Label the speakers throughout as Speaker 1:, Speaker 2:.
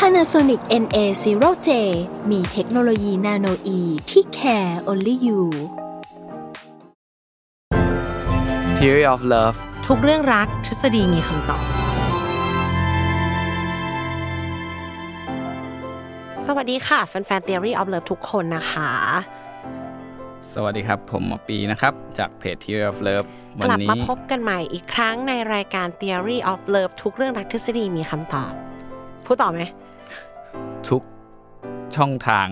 Speaker 1: Panasonic NA0J มีเทคโนโลยีนาโนอีที่ care only you
Speaker 2: Theory of Love
Speaker 3: ทุกเรื่องรักทฤษฎีมีคำตอบ สวัสดีค่ะ แฟนๆ Theory of Love ทุกคนนะคะ
Speaker 2: สวัสดีครับ ผมหมอปีนะครับ จากเพจ Theory of Love วั
Speaker 3: ก
Speaker 2: น
Speaker 3: ลับ
Speaker 2: นี้
Speaker 3: มาพบกันใหม่อีกครั้งในรายการ Theory of Love ทุกเรื่องรักทฤษฎีมีคำตอบ พูดต่อไหม
Speaker 2: ทุกช่องทาง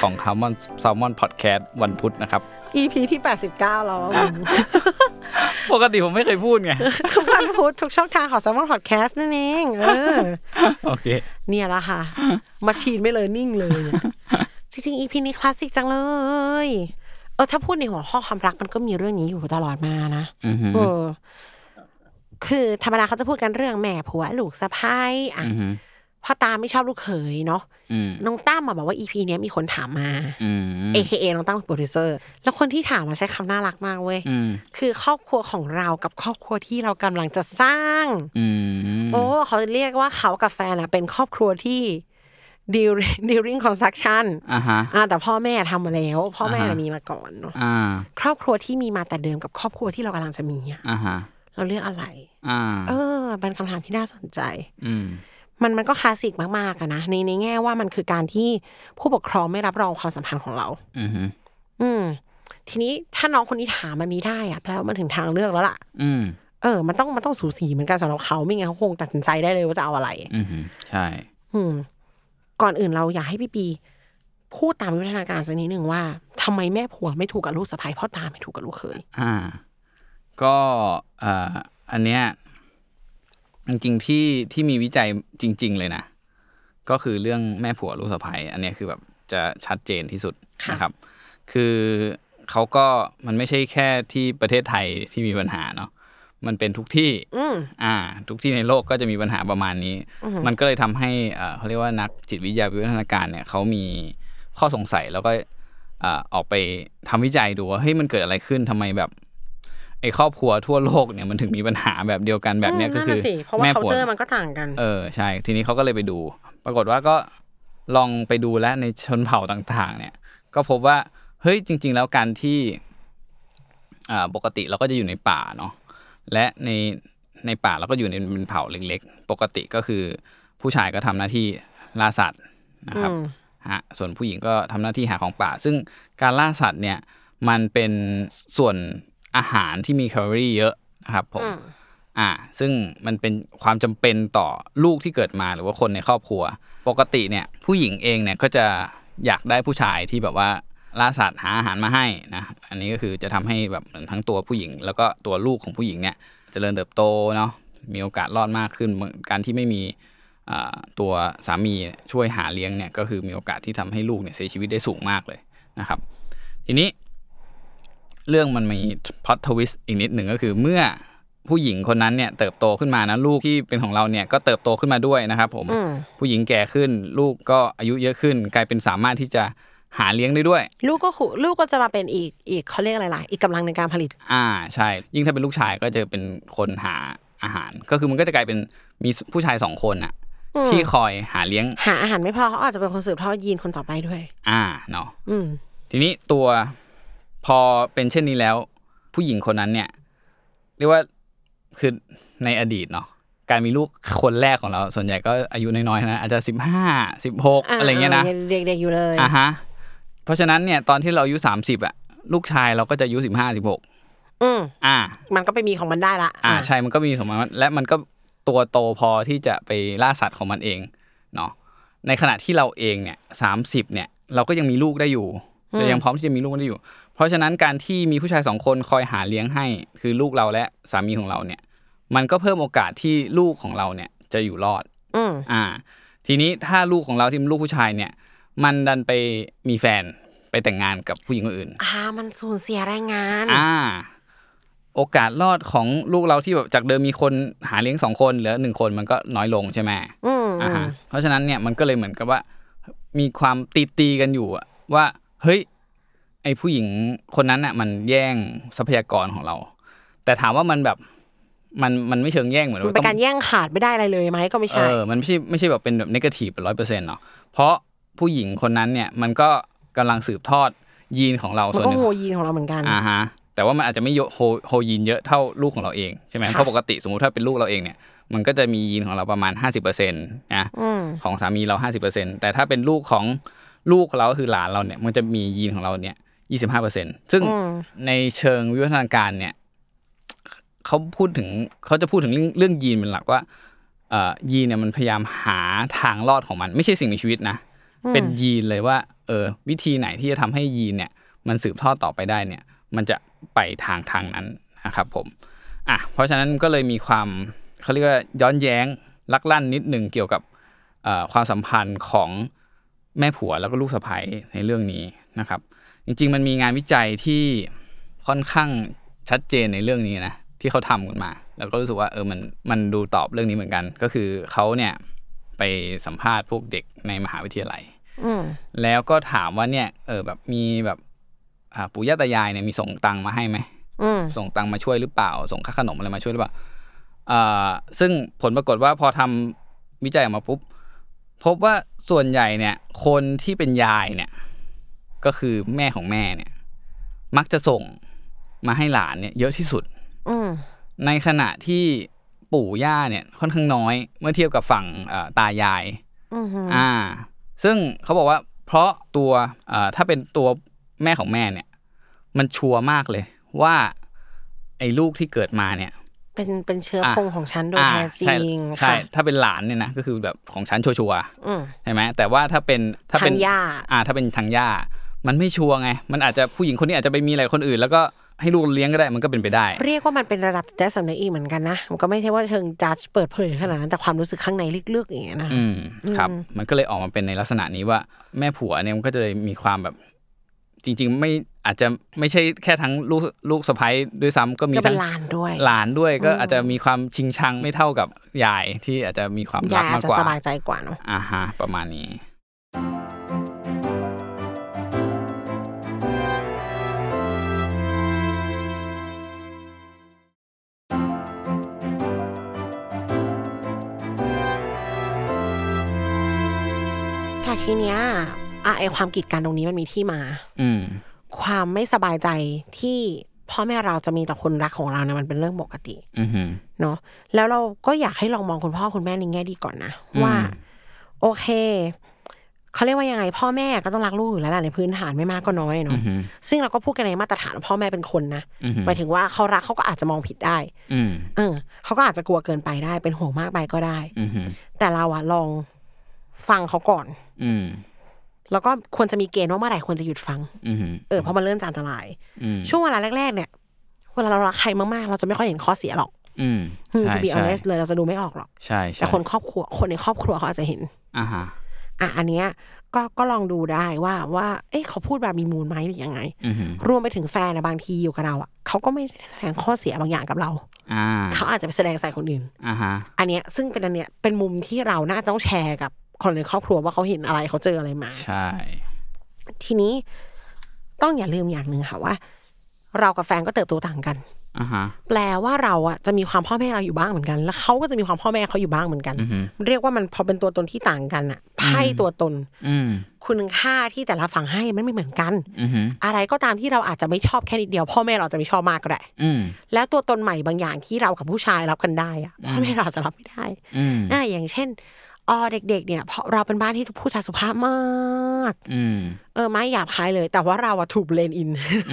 Speaker 2: ของ Salmon Salmon Podcast วันพุธนะครับ
Speaker 3: EP ที่ 89 แล้วอะมึง
Speaker 2: ปกติผมไม่เคยพูดไง
Speaker 3: วันพุธทุกช่องทางของ s ซ m o n Podcast นั่นเองเออ
Speaker 2: โอเค
Speaker 3: เนี่ยละค่ะ มาชีนไม่เลยนิ่งเลยเนี่ยจริงๆ EP นี้คลาสสิกจังเลย เออถ้าพูดในหัวข้อความรักมันก็มีเรื่องนี้อยู่ตลอดมานะ
Speaker 2: อือหือ
Speaker 3: เออ คือธรรมดาเขาจะพูดกันเรื่องแม่ผัวลูกสะพ้ายอ่ะ
Speaker 2: อือหือ
Speaker 3: พ่อตาไม่ชอบลูกเขยเนาะ
Speaker 2: อืม
Speaker 3: น้องตั้มมาบอกว่า EP เนี้ยมีคนถามมา
Speaker 2: อืม
Speaker 3: AKA น้องตั้มโปรดิวเซอร์ แล้วคนที่ถามมาใช้คำน่ารักมากเว้ย
Speaker 2: อืม
Speaker 3: คือครอบครัวของเรากับครอบครัวที่เรากำลังจะสร้าง
Speaker 2: อืม
Speaker 3: โอ้เขาเรียกว่าเขากับแฟนอะเป็นครอบครัวที่ deal dealing construction
Speaker 2: อ่าฮะ
Speaker 3: อ่าแต่พ่อแม่ทำมาแล้ว พ่อแม่
Speaker 2: อ่าฮะ
Speaker 3: น่ะมีมาก่อนเนอะ
Speaker 2: อ่า
Speaker 3: ครอบครัวที่มีมาแต่เดิมกับครอบครัวที่เรากำลังจะมีอะ
Speaker 2: อ่าฮะ
Speaker 3: เราเลือกอะไร
Speaker 2: อ่า
Speaker 3: เออเป็นคำถามที่น่าสนใจ
Speaker 2: อืม
Speaker 3: มันมันก็คลาสสิกมากๆอะนะในในแง่ว่ามันคือการที่ผู้ปกครองไม่รับรองความสัมพันธ์ของเรา
Speaker 2: อืม
Speaker 3: อืม ทีนี้ถ้าน้องคนนี้ถามมันมีได้อะแปลว่ามันถึงทางเลือกแล้วล่ะ
Speaker 2: อืม
Speaker 3: เออมันต้องมันต้องสูสีเหมือนกันสำหรับเขาไม่งั้นเขาคงตัดสินใจได้เลยว่าจะเอาอะไร
Speaker 2: อืมใช่
Speaker 3: อืมก่อนอื่นเราอยากให้พี่ปี พูดตามวิวัฒนาการสักนิดหนึ่งว่าทำไมแม่ผัวไม่ถูกกับลูกสะใภ้พ่อตาไม่ถูกกับลูกเขย
Speaker 2: อ่า ก็เอ่ออันเนี้ยจริงๆที่ที่มีวิจัยจริง ๆ เลยนะ ก็คือเรื่องแม่ผัวลูกสะใภ้อันเนี้ยคือแบบจะชัดเจนที่สุดนะครับ คือเขาก็มันไม่ใช่แค่ที่ประเทศไทยที่มีปัญหาเนาะมันเป็นทุกที่
Speaker 3: อืม
Speaker 2: อ่า ทุกที่ในโลกก็จะมีปัญหาประมาณนี้
Speaker 3: อือฮึ
Speaker 2: มันก็เลยทำให้เอ่อเขาเรียกว่านักจิตวิทยาวิวัฒนาการเนี่ยเขามีข้อสงสัยแล้วก็เอ่อออกไปทำวิจัยดูว่าเฮ้ยมันเกิดอะไรขึ้นทำไมแบบไอ้ครอบครัวทั่วโลกเนี่ยมันถึงมีปัญหาแบบเดียวกันแบบเนี้ย
Speaker 3: อืม
Speaker 2: ก็คือ
Speaker 3: นั่นน่ะสิเพราะว่า
Speaker 2: แม่
Speaker 3: เขา
Speaker 2: ผัว
Speaker 3: เจอมันก็ต่างกัน
Speaker 2: เออใช่ ทีนี้เขาก็เลยไปดู ปรากฏว่าก็ลองไปดูแลวในชนเผ่าต่าง ๆ เนี่ย ก็พบว่าเฮ้ยจริง ๆ แล้วการที่อ่าปกติเราก็จะอยู่ในป่าเนาะและในในป่าเราก็อยู่ในเป็นเผ่าเล็ก ๆ ปกติก็คือ ผู้ชายก็ทำหน้าที่ล่าสัตว์นะครับ
Speaker 3: อืม
Speaker 2: ฮะส่วนผู้หญิงก็ทำหน้าที่หาของป่า ซึ่งการล่าสัตว์เนี่ยมันเป็นส่วนอาหารที่มีแคลอรี่เยอะนะครับผม อ่าซึ่งมันเป็นความจำเป็นต่อลูกที่เกิดมาหรือว่าคนในครอบครัว ปกติเนี่ยผู้หญิงเองเนี่ยก็จะอยากได้ผู้ชายที่แบบว่าล่าสัตว์หาอาหารมาให้นะอันนี้ก็คือจะทำให้แบบเหมือนทั้งตัวผู้หญิง แล้วก็ตัวลูกของผู้หญิงเนี่ยเจริญเติบโตเนาะมีโอกาสรอดมากขึ้นการที่ไม่มีอ่าตัวสามีช่วยหาเลี้ยงเนี่ยก็คือมีโอกาสที่ทำให้ลูกเนี่ยเสียชีวิตได้สูงมากเลยนะครับ ทีนี้ เรื่องมันมีพล็อตทวิสต์อีกนิดหนึ่งก็คือเมื่อผู้หญิงคนนั้นเนี่ยเติบโตขึ้นมานะลูกที่เป็นของเราเนี่ยก็เติบโตขึ้นมาด้วยนะครับผม
Speaker 3: อืม
Speaker 2: ผู้หญิงแก่ขึ้น ลูกก็อายุเยอะขึ้น กลายเป็นสามารถที่จะหาเลี้ยงได้ด้วย
Speaker 3: ลูกก็ขู่ลูกก็จะมาเป็นอีกอีกเขาเรียกอะไรล่ะอีกกำลังในการผลิต
Speaker 2: อ่าใช่ ยิ่งถ้าเป็นลูกชายก็จะเป็นคนหาอาหาร ก็คือมันก็จะกลายเป็นมีผู้ชายสองคนอะ
Speaker 3: อืม
Speaker 2: ที่คอยหาเลี้ยง
Speaker 3: หาอาหารไม่พอเขาอาจจะเป็นคนสืบทอดยีนคนต่อไปด้วย
Speaker 2: อ่าเนาะ
Speaker 3: อืม
Speaker 2: ทีนี้ตัวพอเป็นเช่นนี้แล้ว ผู้หญิงคนนั้นเนี่ย เรียกว่าคือในอดีตเนาะการมีลูกคนแรกของเรา ส่วนใหญ่ก็อายุน้อยๆนะอาจจะสิบห้าสิบหกอะไรเงี้ยนะ
Speaker 3: เด็กๆอยู่เลย
Speaker 2: อ่ะฮะเพราะฉะนั้นเนี่ยตอนที่เราอายุสามสิบอะลูกชายเราก็จะอายุสิบห้าสิบหก
Speaker 3: อืม
Speaker 2: อ่า
Speaker 3: มันก็ไปมีของมันได้ละ
Speaker 2: อ่า
Speaker 3: อ่ะ
Speaker 2: ใช่มันก็มีสมมติว่าและมันก็ตัวโตพอที่จะไปล่าสัตว์ของมันเองเนาะในขณะที่เราเองเนี่ยสามสิบเนี่ยเราก็ยังมีลูกได้อยู่เรายังพร้อมที่จะมีลูกได้อยู่ เพราะฉะนั้นการที่มีผู้ชายสองคนคอยหาเลี้ยงให้ คือลูกเราและสามีของเราเนี่ย มันก็เพิ่มโอกาสที่ลูกของเราเนี่ยจะอยู่รอด
Speaker 3: อืม
Speaker 2: อ่า ทีนี้ถ้าลูกของเราที่เป็นลูกผู้ชายเนี่ย มันดันไปมีแฟนไปแต่งงานกับผู้หญิงคนอื่น
Speaker 3: อ่ามันสูญเสียแรงงาน
Speaker 2: อ่า โอกาสรอดของลูกเราที่แบบจากเดิมมีคนหาเลี้ยงสองคนเหลือหนึ่งคนมันก็น้อยลงใช่ไหม
Speaker 3: อืม
Speaker 2: อ่าฮะเพราะฉะนั้นเนี่ยมันก็เลยเหมือนกับว่า มีความตีตีๆกันอยู่อะว่า เฮ้ย ไอผู้หญิงคนนั้นอ่ะ มันแย่งทรัพยากรของเรา แต่ถามว่ามันแบบมันมันไม่เชิงแย่งเหมือน
Speaker 3: มัน
Speaker 2: ว่า
Speaker 3: เป็น
Speaker 2: ต้อง
Speaker 3: การแย่งขาดไม่ได้อะไรเลยไหมก็ไม่
Speaker 2: เอ
Speaker 3: ใช่
Speaker 2: อ มันไม่ใช่ไม่ใช่แบบเป็นแบบนกาทีฟร้อยเปอร์เซ็นต์เนาะ เพราะผู้หญิงคนนั้นเนี่ย มันก็กำลังสืบทอดยีนของเรา
Speaker 3: มัน
Speaker 2: ส่วน
Speaker 3: ก็
Speaker 2: หนึ่ง
Speaker 3: โฮยีนของเราเหมือนกัน
Speaker 2: อ่าฮะ แต่ว่ามันอาจจะไม่เยอะโฮโฮยีนเยอะเท่าลูกของเราเองใช่ไหม
Speaker 3: ค่ะ
Speaker 2: เพราะปกติสมมุติถ้าเป็นลูกเราเองเนี่ย มันก็จะมียีนของเราประมาณ 50%นะ
Speaker 3: อืม
Speaker 2: ของสามีเรา 50%แต่ถ้าเป็นลูกของลูกเราคือหลานเราเนี่ย มันจะมียีนของเราเนี่ย25%ซึ่ง
Speaker 3: อืม
Speaker 2: ในเชิงวิวัฒนาการเนี่ยเขาพูดถึงเขาจะพูดถึงเรื่องเรื่องยีนเป็นหลักว่าเอ่อยีนเนี่ยมันพยายามหาทางรอดของมัน ไม่ใช่สิ่งมีชีวิตนะ เป็นยีนเลยว่าเออวิธีไหนที่จะทำให้ยีนเนี่ย มันสืบทอดต่อไปได้เนี่ย มันจะไปทางทางนั้นนะครับผมอ่ะเพราะฉะนั้นก็เลยมีความเขาเรียกว่าย้อนแย้งลักลั่นนิดหนึ่งเกี่ยวกับเอ่อความสัมพันธ์ของแม่ผัวแล้วก็ลูกสะใภ้ในเรื่องนี้นะครับ จริงๆ มันมีงานวิจัยที่ค่อนข้างชัดเจนในเรื่องนี้นะ ที่เขาทำกันมา แล้วก็รู้สึกว่าเออมันมันดูตอบเรื่องนี้เหมือนกัน ก็คือเขาเนี่ยไปสัมภาษณ์พวกเด็กในมหาวิทยาลัย
Speaker 3: อืม
Speaker 2: แล้วก็ถามว่าเนี่ยเออแบบมีแบบอ่าปู่ย่าตายายเนี่ยมีส่งตังค์มาให้ไหม
Speaker 3: อืม
Speaker 2: ส่งตังค์มาช่วยหรือเปล่า ส่งค่าขนมอะไรมาช่วยหรือเปล่าอ่าซึ่งผลปรากฏว่าพอทำวิจัยออกมาปุ๊บ พบว่าส่วนใหญ่เนี่ย คนที่เป็นยายเนี่ย ก็คือแม่ของแม่เนี่ย มักจะส่งมาให้หลานเนี่ย เยอะที่สุด
Speaker 3: อืม
Speaker 2: ในขณะที่ปู่ย่าเนี่ยค่อนข้างน้อย เมื่อเทียบกับฝั่งเอ่อตายาย
Speaker 3: อืม
Speaker 2: อ่า ซึ่งเขาบอกว่าเพราะตัวเอ่อถ้าเป็นตัวแม่ของแม่เนี่ย มันชัวร์มากเลยว่าไอ้ลูกที่เกิดมาเนี่ย
Speaker 3: เป็นเป็นเชื้อ
Speaker 2: อ่ะ
Speaker 3: พงของฉันโดยแท้จริง
Speaker 2: อ่าใช่ใช่
Speaker 3: ค่ะ
Speaker 2: ถ้าเป็นหลานเนี่ยนะก็คือแบบของฉันชัวร์
Speaker 3: อืม
Speaker 2: ๆใช่ไหมแต่ว่าถ้าเป็นถ้าเป็น
Speaker 3: ทางย่า
Speaker 2: อ่า ถ้าเป็นทางย่า มันไม่ชัวร์ไง มันอาจจะผู้หญิงคนนี้อาจจะไปมีอะไรคนอื่น แล้วก็ให้ลูกเลี้ยงก็ได้มันก็เป็นไปได้
Speaker 3: เรียกว่ามันเป็นระดับแต่สำนึกอีกเหมือนกันนะมันก็ไม่ใช่ว่าเชิงจัดเปิดเผยขนาดนั้นแต่ความรู้สึกข้างในลึกๆอย่างเงี้ยนะ
Speaker 2: อืมครับ มันก็เลยออกมาเป็นในลักษณะนี้ว่าแม่ผัวเนี่ยมันก็จะเลยมีความแบบ จริง ๆ ไม่อาจจะไม่ใช่แค่ทั้งลูกลูกสะใภ้ด้วยซ้ำก็มี
Speaker 3: ก็เป็
Speaker 2: ทั้
Speaker 3: น
Speaker 2: ง
Speaker 3: หลานด้วย
Speaker 2: หลานด้วยก็อาจจะมีความชิงชังไม่เท่ากับยายที่อาจจะมีความรั
Speaker 3: ยาก ยอาจ
Speaker 2: มาก
Speaker 3: จะ
Speaker 2: กว่า
Speaker 3: สบายใจกว่าเนอะ
Speaker 2: อ่าฮะประมาณนี้
Speaker 3: แต่ทีเนี้ยอ่ะไอความกีดกันตรงนี้มันมีที่มา
Speaker 2: อืม
Speaker 3: ความไม่สบายใจที่พ่อแม่เราจะมีต่อคนรักของเราเนี่ยมันเป็นเรื่องปกติ
Speaker 2: อือฮึ
Speaker 3: เนาะแล้วเราก็อยากให้ลองมองคุณพ่อคุณแม่ในแง่ดีก่อนนะ
Speaker 2: อืม
Speaker 3: ว่า โอเคเขาเรียกว่ายังไง พ่อแม่ก็ต้องรักลูกอยู่แล้วแหละในพื้นฐานไม่มากก็น้อย
Speaker 2: อื
Speaker 3: เนาะ
Speaker 2: อฮึ
Speaker 3: ซึ่งเราก็พูดกันในมาตรฐานว่าพ่อแม่เป็นคนนะ
Speaker 2: อือฮึ
Speaker 3: หมายถึงว่าเขารักเขาก็อาจจะมองผิดได้
Speaker 2: อืม
Speaker 3: เออเขาก็อาจจะกลัวเกินไปได้เป็นห่วงมากไปก็ได้
Speaker 2: อือฮึ
Speaker 3: แต่เราอะลองฟังเขาก่อน
Speaker 2: อืม
Speaker 3: แล้วก็ควรจะมีเกณฑ์ว่าเมื่อไหร่ควรจะหยุดฟัง
Speaker 2: อือฮึ
Speaker 3: เออเพราะมันเริ่มจะอันตราย
Speaker 2: อืม
Speaker 3: ช่วงเวลาแรกๆเนี่ย เวลาเรารักใครมากๆ เราจะไม่ค่อยเห็นข้อเสียหรอก
Speaker 2: อืม
Speaker 3: อืม
Speaker 2: ใช่
Speaker 3: to be
Speaker 2: ใช่
Speaker 3: honest เลยเราจะดูไม่ออกหรอก
Speaker 2: ใช่ใช่
Speaker 3: แต่คนครอบครัวคนในครอบครัวเขาอาจจะเห็น
Speaker 2: อ่าฮะ
Speaker 3: อ่ะอันเนี้ยก็ก็ลองดูได้ว่าว่า เอ๊ะเขาพูดแบบมีมูลไหมหรือยังไง
Speaker 2: อือฮึ
Speaker 3: รวมไปถึงแฟนนะบางทีอยู่กับเราอ่ะเขาก็ไม่ได้แสดงข้อเสียบางอย่างกับเรา
Speaker 2: อ่า
Speaker 3: เขาอาจจะไปแสดงใส่คนอื่น
Speaker 2: อ่าฮะ
Speaker 3: อันเนี้ยซึ่งเป็นอันเนี้ยเป็นมุมที่เราน่าจะต้องแชร์กับคนในครอบครัวว่าเขาเห็นอะไรเขาเจออะไรมา
Speaker 2: ใช่
Speaker 3: ทีนี้ต้องอย่าลืมอย่างหนึ่งค่ะว่า เรากับแฟนก็เติบโตต่างกัน
Speaker 2: อ่าฮะ
Speaker 3: แปลว่าเราอะจะมีความพ่อแม่เราอยู่บ้างเหมือนกัน แล้วเขาก็จะมีความพ่อแม่เขาอยู่บ้างเหมือนกัน
Speaker 2: อือฮึ
Speaker 3: เรียกว่ามันพอเป็นตัวตนที่ต่างกันอะไพ่ตัวตน
Speaker 2: อืม
Speaker 3: คุณค่าที่แต่ละฝั่งให้มันไม่เหมือนกัน
Speaker 2: อือฮึ
Speaker 3: อะไรก็ตามที่เราอาจจะไม่ชอบแค่นิดเดียวพ่อแม่เราจะไม่ชอบมากก็ได้
Speaker 2: อืม
Speaker 3: แล้วตัวตนใหม่บางอย่างที่เรากับผู้ชายรับกันได้อะพ่อแม่เราอาจจะรับไม่ได้
Speaker 2: อืม
Speaker 3: อ่าอย่างเช่นเออเด็ก ๆ เนี่ยเพราะเราเป็นบ้านที่ผู้ชายสุภาพมาก
Speaker 2: อืม
Speaker 3: เออไม่หยาบคายเลย แต่ว่าเราอะถูกเลนอิน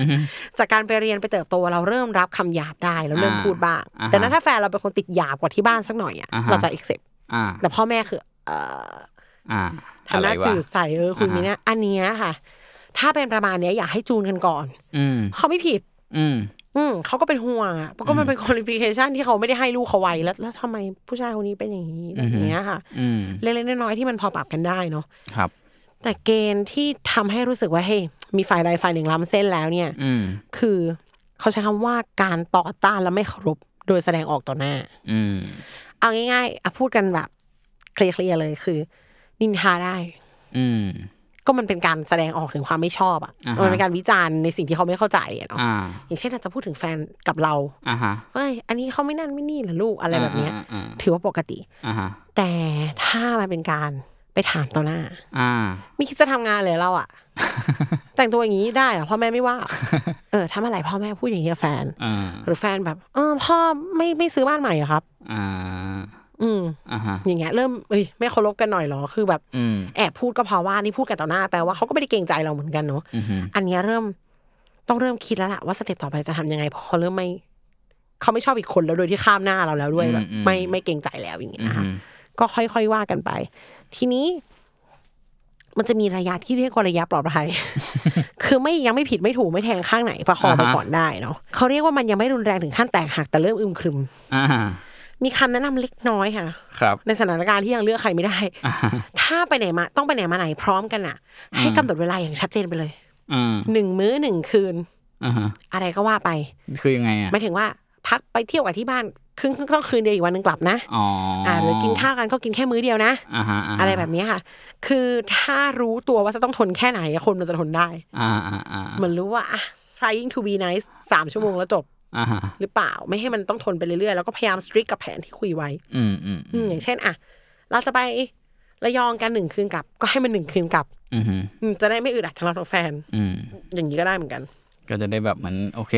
Speaker 3: จากการไปเรียนไปเติบโตเราเริ่มรับคำหยาบได้แล้วเริ่ม
Speaker 2: อ่า
Speaker 3: พูดบ้าง
Speaker 2: อ่าฮะ
Speaker 3: แต่นั้นถ้าแฟนเราเป็นคนติดหยาบกว่าที่บ้านสักหน่อยอะ
Speaker 2: อ่าฮะ
Speaker 3: เราจะเอ็กเซป
Speaker 2: อ่า
Speaker 3: แต่พ่อแม่คือ เอ่อ
Speaker 2: อ่า
Speaker 3: ทำหน้า
Speaker 2: อะไรวะ
Speaker 3: จืดใส่เออคุณ
Speaker 2: าฮะ
Speaker 3: มีเนี่ยอันเนี้ยค่ะ ถ้าเป็นประมาณเนี้ยอยากให้จูนกันก่อน
Speaker 2: อืม
Speaker 3: เขาไม่ผิด
Speaker 2: อืม
Speaker 3: อืมเขาก็เป็นห่วงอะเพราะก็มันเป็นคุณลิฟิเคชันที่เขาไม่ได้ให้ลูกเขาไว้แล้ว แล้วทำไมผู้ชายคนนี้เป็นอย่างนี้แบบเนี้ยค่ะ
Speaker 2: อืม
Speaker 3: เล็กๆน้อยๆที่มันพอปรับกันได้เนาะ
Speaker 2: ครับ
Speaker 3: แต่เกณฑ์ที่ทำให้รู้สึกว่าเฮ้ยมีฝ่ายใดฝ่ายหนึ่งล้ำเส้นแล้วเนี่ย
Speaker 2: อืม
Speaker 3: คือเขาใช้คำว่าการต่อต้านและไม่เคารพโดยแสดงออกต่อหน้า
Speaker 2: อืม
Speaker 3: เอาง่ายๆอ่ะพูดกันแบบเคลียร์ๆเลยคือ นินทาได้
Speaker 2: อืม
Speaker 3: ก็มันเป็นการแสดงออกถึงความไม่ชอบอ่ะ
Speaker 2: อ่าฮะ
Speaker 3: มันเป็นการวิจารณ์ในสิ่งที่เขาไม่เข้าใจอะเนาะ
Speaker 2: อ่า
Speaker 3: อย่างเช่นอาจจะพูดถึงแฟนกับเรา
Speaker 2: อ่าฮะ
Speaker 3: เฮ้ยอันนี้เขาไม่นั่นไม่นี่เหรอลูกอะไรแบบเนี้ย
Speaker 2: อ่า
Speaker 3: ถือว่าปกติ
Speaker 2: อ่าอ่าอ่าฮะ
Speaker 3: แต่ถ้ามันเป็นการไปถามต่อหน้า
Speaker 2: อ่า
Speaker 3: ไม่คิดจะทำงานเลยเรา อะ แต่งตัวอย่างนี้ได้เหรอพ่อแม่ไม่ว่า เออทำอะไรพ่อแม่พูดอย่างนี้กับแฟน
Speaker 2: อ่า
Speaker 3: หรือแฟนแบบเออพ่อไม่ไม่ซื้อบ้านใหม่เหรอครับ
Speaker 2: อ่า
Speaker 3: อืม
Speaker 2: อ่าฮะ
Speaker 3: อย่างเงี้ยเริ่มเอ้ยไม่เคารพกันหน่อยเหรอคือแบบ
Speaker 2: อืม
Speaker 3: แอบพูดก็เพราะว่านี่พูดกันต่อหน้าแปลว่าเขาก็ไม่ได้เกรงใจเราเหมือนกันเนาะ
Speaker 2: อืมฮึ
Speaker 3: อันเนี้ยเริ่มต้องเริ่มคิดแล้วล่ะว่าสเต็ปต่อไปจะทำยังไงเพราะเขาเริ่มไม่เขาไม่ชอบอีกคนแล้วโดยที่ข้ามหน้าเราแล้วด้วยแบบไม่ไม่เกรงใจแล้วอย่างเงี้
Speaker 2: อื
Speaker 3: ย
Speaker 2: ม
Speaker 3: นะคะ
Speaker 2: ฮึ
Speaker 3: ก็ค่อยๆว่ากันไป ทีนี้ มันจะมีระยะที่เรียกว่าระยะปลอดภัย คือไม่ยังไม่ผิดไม่ถูกไม่แทงข้างไหนประคองไปก่อนได้เนาะเขาเรียกว่ามันยังไม่รุนแรงถึงขั้นแตกหักแต่เริ่มอึมครึม
Speaker 2: อ่า
Speaker 3: มีคำแนะนำเล็กน้อยค่ะ
Speaker 2: ครับ
Speaker 3: ในสถานการณ์ที่ยังเลือกใครไม่ได้
Speaker 2: อ่าฮะ
Speaker 3: ถ้าไปไหนมาต้องไปไหนมาไหนพร้อมกันอ่ะ ให้กำหนดเวลาอย่างชัดเจนไปเลย
Speaker 2: อ่า
Speaker 3: หนึ่งมื้อหนึ่งคืน
Speaker 2: อ่าฮะ
Speaker 3: อะไรก็ว่าไป
Speaker 2: คือยังไงอ่ะ
Speaker 3: หมายถึงว่า พักไปเที่ยวกับที่บ้านคืนต้องคืนเดียวอีกวันหนึ่งกลับนะ
Speaker 2: อ๋ออ่า
Speaker 3: อ่าหรือกินข้าวกันก็กินแค่มื้อเดียวนะ
Speaker 2: อ่าฮะาฮ
Speaker 3: อะไรแบบนี้ค่ะ คือถ้ารู้ตัวว่าจะต้องทนแค่ไหนอะคนมันจะทนได้
Speaker 2: อ่าอ่าอ่า
Speaker 3: เหมือนรู้ว่าอะ trying to be nice สามชั่วโมงแล้วจบ
Speaker 2: อ่าฮะ
Speaker 3: หรือเปล่า ไม่ให้มันต้องทนไปเรื่อยๆ แล้วก็พยายาม strict กับแผนที่คุยไว้
Speaker 2: อืมอืม
Speaker 3: อืมอย่างเช่นอะเราจะไประยองกันหนึ่งคืนกลับ ก็ให้มันหนึ่งคืนกลับ
Speaker 2: อืมฮึ
Speaker 3: อืมจะได้ไม่อึดอัดทั้งเราทั้งแฟน
Speaker 2: อืม
Speaker 3: อย่างนี้ก็ได้เหมือนกัน
Speaker 2: ก็จะได้แบบเหมือนโอเค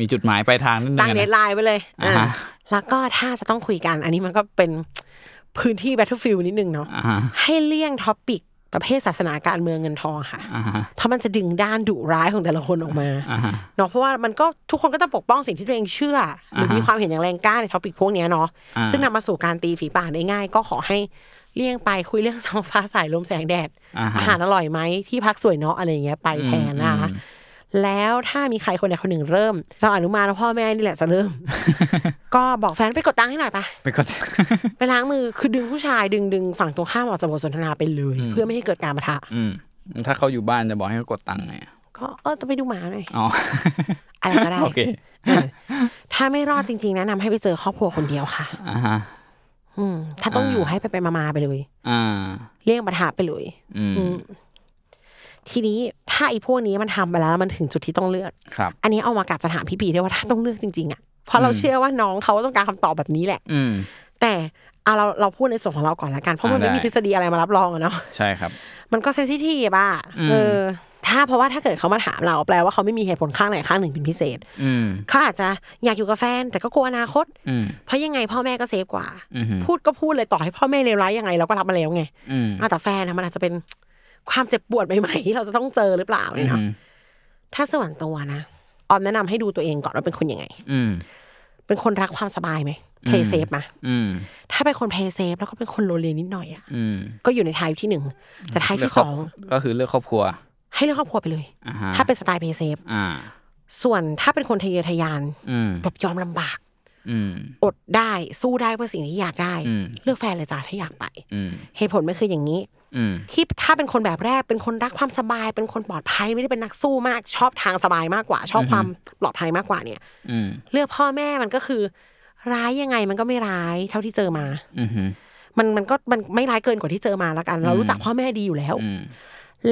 Speaker 2: มีจุดหมายปลายทางนิดนึ
Speaker 3: ตั้ง
Speaker 2: งอะ
Speaker 3: เดท
Speaker 2: นะ
Speaker 3: ไลน์ไว้เลย
Speaker 2: อ่าฮะ
Speaker 3: อ่าแล้วก็ถ้าจะต้องคุยกัน อันนี้มันก็เป็นพื้นที่ battlefield นิดนึงเนาะ
Speaker 2: อ่าฮะ
Speaker 3: ให้เลี่ยงท็อปิกประเภทศาสนาการเมืองเงินทองค่ะ
Speaker 2: อ่าฮะ
Speaker 3: เพราะมันจะดึงด้านดุร้ายของแต่ละคนออกมา
Speaker 2: อ่าฮะ
Speaker 3: เนาะเพราะว่ามันก็ทุกคนก็ต้องปกป้องสิ่งที่ตัวเองเชื่อ หรือ
Speaker 2: อ่าฮะ
Speaker 3: มีความเห็นอย่างแรงกล้าในท็อปิกพวกเนี้ยเนาะ
Speaker 2: อ่า
Speaker 3: ซึ่งนำมาสู่การตีฝีปากได้ง่าย ก็ขอให้เลี่ยงไปคุยเรื่องสองฟ้าสายลมแสงแดด
Speaker 2: อ่า
Speaker 3: อา
Speaker 2: ฮะ
Speaker 3: หารอร่อยไหมที่พักสวยเนาะอะไรอย่างเงี้ยไปแทนนะคะแล้วถ้ามีใครคนใดคนหนึ่งเริ่ม เราอนุมานว่าพ่อแม่นี่แหละจะ เริ่ม ก็บอกแฟนไปกดตังค์ให้หน่อยปะ
Speaker 2: ไปกด
Speaker 3: ไปล้างมือคือดึงผู้ชายดึงดึงฝั่งตรงข้ามออกจากบทสนทนาไปเลย เพื่อไม่ให้เกิดการปะทะ
Speaker 2: อืม ถ้าเขาอยู่บ้านจะบอกให้เขากดตังค์ไงอะ
Speaker 3: ก็เออจะไปดูหมาหน่อย
Speaker 2: อ๋อ
Speaker 3: อะไรก็ได้
Speaker 2: โอเค
Speaker 3: ถ้าไม่รอดจริงๆแนะนำให้ไปเจอครอบครัวคนเดียวค่ะ
Speaker 2: อ่าฮะ
Speaker 3: อืม ถ้าต้อง
Speaker 2: อ่า
Speaker 3: อยู่ให้ไปไปมาๆไปเลย
Speaker 2: อ่า
Speaker 3: เลี่ยงปะทะไปเลย
Speaker 2: อืม
Speaker 3: อืมทีนี้ถ้าไอ้พวกนี้มันทำไปแล้วแล้วมันถึงจุดที่ต้องเลือก
Speaker 2: ครับ
Speaker 3: อันนี้เอามากาจะถามพี่ปีด้วยว่าถ้าต้องเลือกจริงๆอ่ะเพราะเราเชื่อว่าน้องเขาต้องการคำตอบแบบนี้แหละ
Speaker 2: อืม
Speaker 3: แต่เอาเราเราพูดในส่วนของเราก่อนละกันเพราะมันไม่
Speaker 2: อ่าได้
Speaker 3: มีทฤษฎีอะไรมารับรองอะเนาะ
Speaker 2: ใช่ครับ
Speaker 3: มันก็เซนซิทีฟอ่ะเออ ถ้าเพราะว่าถ้าเกิดเขามาถามเราแปลว่าเขาไม่มีเหตุผลข้างไหนข้างหนึ่งเป็นพิเศษ
Speaker 2: อืม
Speaker 3: เขาอาจจะอยากอยู่กับแฟนแต่ก็กลัวอนาคต
Speaker 2: อืม
Speaker 3: เพราะยังไงพ่อแม่ก็เซฟกว่า
Speaker 2: อืมฮึ
Speaker 3: พูดก็พูดเลยต่อให้พ่อแม่เลวร้ายยังไงเราก็รับมาแล้วไง
Speaker 2: อืม
Speaker 3: อ่ะแต่แฟนอะมันอาจจะเป็นความเจ็บปวดใหม่ๆที่เราจะต้องเจอหรือเปล่าเนี่ยเนาะถ้าส่วนตัวนะออมแนะนำให้ดูตัวเองก่อนว่าเป็นคนยังไง
Speaker 2: อืม
Speaker 3: เป็นคนรักความสบายไหมเพลย์เซฟมา
Speaker 2: อืม
Speaker 3: ถ้าเป็นคนเพลย์เซฟแล้วก็เป็นคนโลเลนิดหน่อยอ่ะ
Speaker 2: อืม
Speaker 3: ก็อยู่ในทายที่หนึ่งแต่ทายที่
Speaker 2: เลืกคร
Speaker 3: ส
Speaker 2: บ
Speaker 3: อง
Speaker 2: ก็คือเลือกครอบครัว
Speaker 3: ให้เลือกครอบครัวไปเลย
Speaker 2: อ่าฮะ
Speaker 3: ถ้าเป็นสไตล์เพลย์เซฟ
Speaker 2: อ่า
Speaker 3: ส่วนถ้าเป็นคนทะเยอทะยาน
Speaker 2: อืม
Speaker 3: แบบยอมลำบาก
Speaker 2: อืม
Speaker 3: อดได้สู้ได้เพื่อสิ่งที่อยากได้
Speaker 2: อืม
Speaker 3: เลือกแฟนเลยจ้าถ้าอยากไป
Speaker 2: อืม
Speaker 3: เหตุผลมันคืออย่างนี้
Speaker 2: อืม
Speaker 3: ที่ถ้าเป็นคนแบบแรกเป็นคนรักความสบาย เป็นคนปลอดภัยไม่ได้เป็นนักสู้มาก ชอบทางสบายมากกว่า ชอบความปลอดภัยมากกว่าเนี่ย
Speaker 2: อืม
Speaker 3: เลือกพ่อแม่มันก็คือ ร้ายยังไงมันก็ไม่ร้ายเท่าที่เจอมา
Speaker 2: อืมฮึ
Speaker 3: มันมันก็มันไม่ร้ายเกินกว่าที่เจอมาแล้วกัน เรารู้จักพ่อแม่ดีอยู่แล้ว
Speaker 2: อืม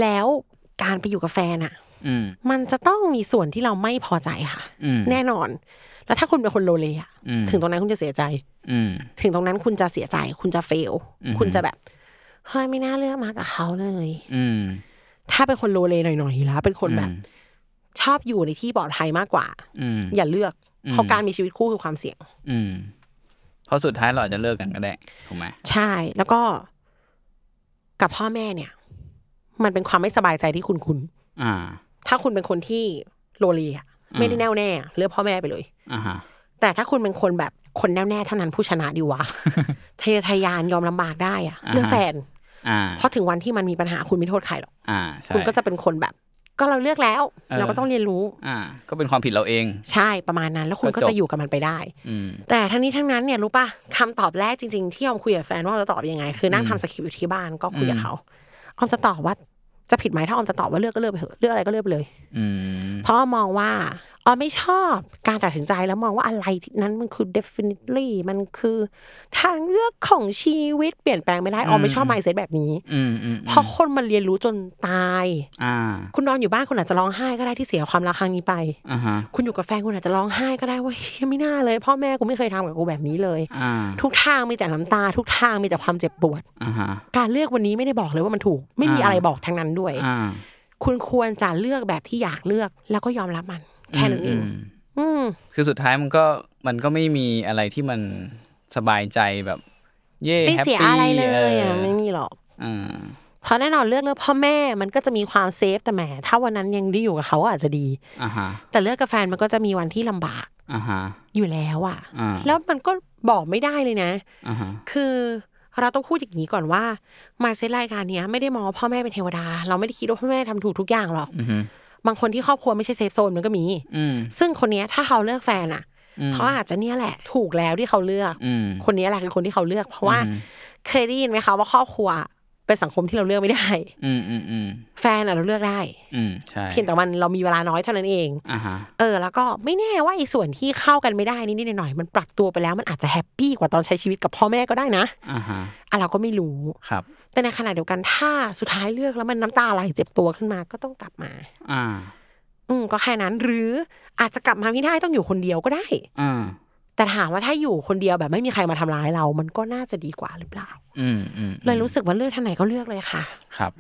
Speaker 3: แล้วการไปอยู่กับแฟนอ่ะ
Speaker 2: อืม
Speaker 3: มันจะต้องมีส่วนที่เราไม่พอใจค่ะ
Speaker 2: อืม
Speaker 3: แน่นอน แล้วถ้าคุณเป็นคนโลเลอะ
Speaker 2: อืม
Speaker 3: ถึงตรงนั้นคุณจะเสียใจ
Speaker 2: อืม
Speaker 3: ถึงตรงนั้นคุณจะเสียใจ คุณจะเฟล คุณจะแบบเฮ้ยไม่น่าเลือกมากับเขาเลย
Speaker 2: อืม
Speaker 3: ถ้าเป็นคนโลเลหน่อยๆแล้วเป็นคนแบบ ชอบอยู่ในที่ปลอดภัยมากกว่า
Speaker 2: อืม
Speaker 3: อย่าเลือกเพราะการมีชีวิตคู่คือความเสี่ยง
Speaker 2: อืม เพราะสุดท้ายเราอาจจะเลิกกันก็ได้ ถูกไหม
Speaker 3: ใช่ แล้วก็กับพ่อแม่เนี่ย มันเป็นความไม่สบายใจที่คุณคุณ
Speaker 2: อ่า
Speaker 3: ถ้าคุณเป็นคนที่โลเลอะไม่ได้แน่วแน่อะเลือกพ่อแม่ไปเลย
Speaker 2: อ่าฮะ
Speaker 3: แต่ถ้าคุณเป็นคนแบบคนแน่วแน่เท่านั้นผู้ชนะดี วะ ทะเยอทะยานยอมลำบากได้อะ
Speaker 2: อ่าฮะ
Speaker 3: เลือกแฟน
Speaker 2: อ่า
Speaker 3: เพราะถึงวันที่มันมีปัญหาคุณไม่โทษใครหรอก
Speaker 2: อ่า ใช่
Speaker 3: คุณก็จะเป็นคนแบบ ก็เราเลือกแล้ว
Speaker 2: เออ
Speaker 3: เราก็ต้องเรียนรู้
Speaker 2: อ่า ก็เป็นความผิดเราเอง
Speaker 3: ใช่ประมาณนั้น แล้วคุณ
Speaker 2: ก็
Speaker 3: ก็
Speaker 2: จบ
Speaker 3: จะอยู่กับมันไปได้
Speaker 2: อืม
Speaker 3: แต่ทั้งนี้ทั้งนั้นเนี่ยรู้ป่ะคำตอบแรกจริงๆที่ออมคุยกับแฟนว่าเราจะตอบยังไง คือนั่งทำสคริปต์อยู่ที่บ้านก็คุยกับเขาออมจะตอบว่า จะผิดไหมถ้าออมจะตอบว่าเลือกก็เลือกไปเถอะเลือกอะไรก็เลือกไปเลย
Speaker 2: อืม
Speaker 3: เพราะมองว่าออมไม่ชอบการตัดสินใจแล้วมองว่าอะไรที่นั้นมันคือ definitely มันคือทางเลือกของชีวิตเปลี่ยนแปลงไม่ได้ออมไม่ชอบ mindset แบบนี้
Speaker 2: อืมอืม
Speaker 3: เพราะคนมันเรียนรู้จนตาย
Speaker 2: อ่า
Speaker 3: คุณนอนอยู่บ้านคุณอาจจะร้องไห้ก็ได้ที่เสียความรักครั้งนี้ไป
Speaker 2: อ่าฮะ
Speaker 3: คุณอยู่กับแฟนคุณอาจจะร้องไห้ก็ได้ว่าเฮ้ยไม่น่าเลย พ่อแม่กูไม่เคยทำกับกูแบบนี้เลย
Speaker 2: อ่า
Speaker 3: ทุกทางมีแต่น้ำตา ทุกทางมีแต่ความเจ็บปวด
Speaker 2: อ่าฮะ
Speaker 3: การเลือกวันนี้ไม่ได้บอกเลยว่ามันถูก ไม่มี
Speaker 2: อ่า
Speaker 3: อะไรบอกทั้งนั้นด้วย
Speaker 2: อ่า
Speaker 3: คุณควรจะเลือกแบบที่อยากเลือก แล้วก็ยอมรับมัน แค่นั้นเอง
Speaker 2: มม
Speaker 3: อืม
Speaker 2: คือสุดท้ายมันก็มันก็ไม่มีอะไรที่มันสบายใจแบบ เย่
Speaker 3: ไม่
Speaker 2: แฮป
Speaker 3: เสีย
Speaker 2: ปี้
Speaker 3: อะไรเลยอ่ะ
Speaker 2: เอ
Speaker 3: ไม่
Speaker 2: อ
Speaker 3: มีหรอก
Speaker 2: อ่า
Speaker 3: เพราะแน่นอนเลือกเลือกพ่อแม่มันก็จะมีความเซฟแต่แหมถ้าวันนั้นยังได้อยู่กับเขาก็อาจจะดี
Speaker 2: อ่าฮะ
Speaker 3: แต่เลือกกับแฟนมันก็จะมีวันที่ลำบาก
Speaker 2: อ่าฮะ
Speaker 3: อยู่แล้วอ่ะ
Speaker 2: อ่า
Speaker 3: แล้วมันก็บอกไม่ได้เลยนะ
Speaker 2: อ่าฮะ
Speaker 3: คือเราต้องพูดอย่างนี้ก่อนว่ามาเซตรายการเนี้ยไม่ได้มองว่าพ่อแม่เป็นเทวดา เราไม่ได้คิดว่าพ่อแม่ทำถูกทุกอย่างหรอก
Speaker 2: อือฮึ
Speaker 3: บางคนที่ครอบครัวไม่ใช่เซฟโซนมันก็มี
Speaker 2: อืม
Speaker 3: ซึ่งคนเนี้ยถ้าเขาเลือกแฟนอ่ะ
Speaker 2: อืม
Speaker 3: เขาอาจจะเนี่ยแหละ ถูกแล้วที่เขาเลือก
Speaker 2: อืม
Speaker 3: คนเนี้ยแหละคือคนที่เขาเลือก เพราะว่าเคยได้ยินไหมคะว่าครอบครัวเป็นสังคมที่เราเลือกไม่ได้
Speaker 2: อืมอืมอืม
Speaker 3: แฟนอะเราเลือกได้
Speaker 2: อืมใช่
Speaker 3: เพียงแต่วันเรามีเวลาน้อยเท่านั้นเอง
Speaker 2: อ่าฮะ
Speaker 3: เออ แล้วก็ไม่แน่ว่าไอ้ส่วนที่เข้ากันไม่ได้นิดๆหน่อยๆมันปรับตัวไปแล้วมันอาจจะแฮปปี้กว่าตอนใช้ชีวิตกับพ่อแม่ก็ได้นะ
Speaker 2: อ่าฮะ
Speaker 3: อ่ะเราก็ไม่รู้
Speaker 2: ครับ
Speaker 3: แต่ในขณะเดียวกันถ้าสุดท้ายเลือกแล้วมันน้ำตาไหลเจ็บตัวขึ้นมาก็ต้องกลับมา
Speaker 2: อ่า
Speaker 3: อืมก็แค่นั้นหรืออาจจะกลับมาไม่ได้ต้องอยู่คนเดียวก็ได้
Speaker 2: อ่า
Speaker 3: แต่ถามว่าถ้าอยู่คนเดียวแบบไม่มีใครมาทำร้ายเรา มันก็น่าจะดีกว่าหรือเปล่า
Speaker 2: อืมอืม
Speaker 3: เลยรู้สึกว่าเลือกทางไหนก็เลือกเลยค่ะ
Speaker 2: ครับ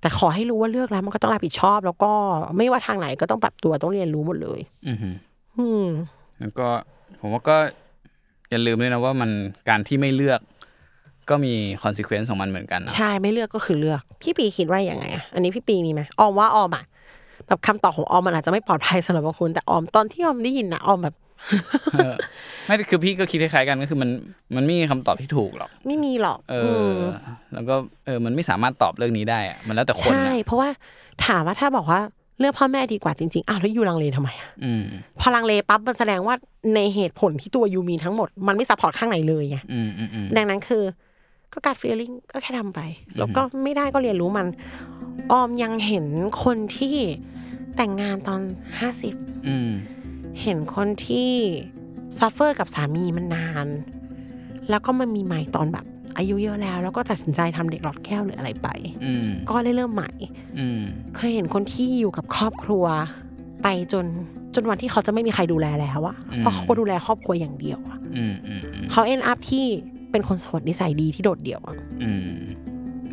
Speaker 3: แต่ขอให้รู้ว่าเลือกแล้วมันก็ต้องรับผิดชอบ แล้วก็ไม่ว่าทางไหนก็ต้องปรับตัวต้องเรียนรู้หมดเลย
Speaker 2: อือฮึ
Speaker 3: อืม
Speaker 2: แล้วก็ผมว่าก็อย่าลืมด้วยนะว่ามันการที่ไม่เลือก ก็มีค o n s e q u e n c e ของมันเหมือนกันนะ
Speaker 3: ใช่ไม่เลือกก็คือเลือก พี่ปีคิดว่าอย่างไงอะอันนี้พี่ปีมีไหมออมว่าออมอะแบบคำตอบของออมมันอาจจะไม่ปลอดภัยสำหรับบางคนแต่ออมตอนที่ออมได้ยินนะออมแบบ
Speaker 2: เออไม่คือพี่ก็คิดคล้ายๆกันก็คือมันมันไม่มีคำตอบที่ถูกหรอก
Speaker 3: ไม่มีหรอก
Speaker 2: เออ
Speaker 3: ม
Speaker 2: อแล้วก็เออมันไม่สามารถตอบเรื่องนี้ได้อะมันแล้วแต่คน
Speaker 3: ใช่
Speaker 2: นะ
Speaker 3: เพราะว่าถามว่าถ้าบอกว่าเลือกพ่อแม่ดีกว่าจริงๆอ้าวแล้วอยู่ลังเลทำไมอะ
Speaker 2: อืม
Speaker 3: พอลังเลปั๊บมันแสดงว่าในเหตุผลที่ตัวยูมีทั้งหมดมันไม่ซัพพอร์ตข้างไหนเลยไง
Speaker 2: อืมอืมอืม
Speaker 3: ดังนั้นคือก็การฟีลลิ่งก็แค่ทำไป แล้วก็ไม่ได้ก็เรียนรู้มัน ออมยังเห็นคนที่แต่งงานตอน 50
Speaker 2: อืม
Speaker 3: เห็นคนที่ซัฟเฟอร์กับสามีมันนาน แล้วก็มันมีใหม่ตอนแบบ อายุเยอะแล้ว แล้วก็ตัดสินใจทำเด็กหลอดแก้วหรืออะไรไป
Speaker 2: อืม
Speaker 3: ก็ได้เริ่มใหม่
Speaker 2: อืม
Speaker 3: เคยเห็นคนที่อยู่กับครอบครัว ไปจนจนวันที่เขาจะไม่มีใครดูแลแล้วอะเพราะเขาก็ดูแลครอบครัวอย่างเดียวอะ
Speaker 2: อืมอืมอืม
Speaker 3: เขาเอ็นอัพที่เป็นคนโสดนิสัยดีที่โดดเดี่ยวอะ
Speaker 2: อืม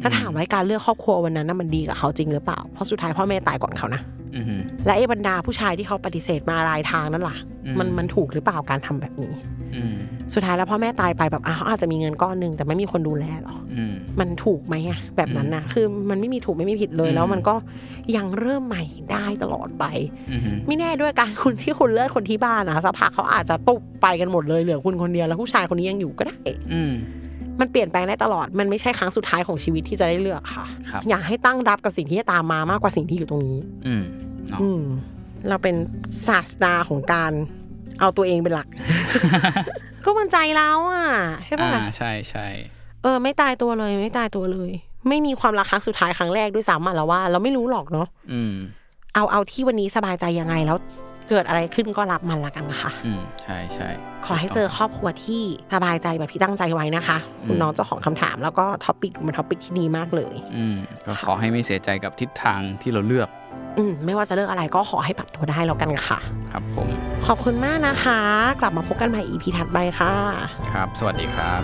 Speaker 3: ถ้าถามว่าการเลือกครอบครัววันนั้นน่ะมันดีกับเขาจริงหรือเปล่า เพราะสุดท้ายพ่อแม่ตายก่อนเขานะ
Speaker 2: อืม
Speaker 3: และไอ้บรรดาผู้ชายที่เขาปฏิเสธมารายทางนั่นล่ะ
Speaker 2: อืม
Speaker 3: มันมันถูกหรือเปล่าการทำแบบนี้
Speaker 2: อืม
Speaker 3: สุดท้ายแล้วพ่อแม่ตายไปแบบอ้าวเขาอาจจะมีเงินก้อนหนึ่งแต่ไม่มีคนดูแลหรอ
Speaker 2: อืม
Speaker 3: มันถูกไหมอะแบบนั้นน่ะ คือมันไม่มีถูกไม่มีผิดเลย
Speaker 2: อืม
Speaker 3: แล้วมันก็ยังเริ่มใหม่ได้ตลอดไป
Speaker 2: อืม
Speaker 3: ไม่แน่ด้วยการคุณที่คุณเลิกคนที่บ้านนะสักพักเขาอาจจะตุบไปกันหมดเลยเหลือคุณคนเดียวแล้วผู้ชายคนนี้ยังอยู่ก็ได้
Speaker 2: อืม
Speaker 3: มันเปลี่ยนแปลงได้ตลอด มันไม่ใช่ครั้งสุดท้ายของชีวิตที่จะได้เลือกค่ะ
Speaker 2: ครับ
Speaker 3: อยากให้ตั้งรับกับสิ่งที่จะตามมามากกว่าสิ่งที่อยู่ตรงนี้
Speaker 2: อืมเนาะ
Speaker 3: อืม เราเป็นศาสนาของการเอาตัวเอง เป็นหลัก ก็มันใจเราอ่ะใช่
Speaker 2: อ่า
Speaker 3: ป่ะ
Speaker 2: ใช่ใช่
Speaker 3: เออ ไม่ตายตัวเลยไม่ตายตัวเลย ไม่มีความรักครั้งสุดท้ายครั้งแรกด้วยซ้ำอ่ะเราว่า เราไม่รู้หรอกเนาะ
Speaker 2: อืม
Speaker 3: เอาเอาที่วันนี้สบายใจยังไงแล้ว เกิดอะไรขึ้นก็รับมันละกันค่ะ
Speaker 2: อืมใช่ใช่
Speaker 3: ขอให้เจอครอบครัวที่สบายใจแบบที่ตั้งใจไว้นะคะ คุณ
Speaker 2: อืม
Speaker 3: น้องเจ้าของคำถามแล้วก็ท็อปิกมันท็อปิกที่ดีมากเลย
Speaker 2: อืมก็ขอให้ไม่เสียใจกับทิศทางที่เราเลือก
Speaker 3: อืมไม่ว่าจะเลือกอะไรก็ขอให้ปรับตัวได้แล้วกันค่ะ
Speaker 2: ครับผม
Speaker 3: ขอบคุณมากนะคะ กลับมาพบกันใหม่ EP ถัดไปค่ะ
Speaker 2: ครับ สวัสดีครับ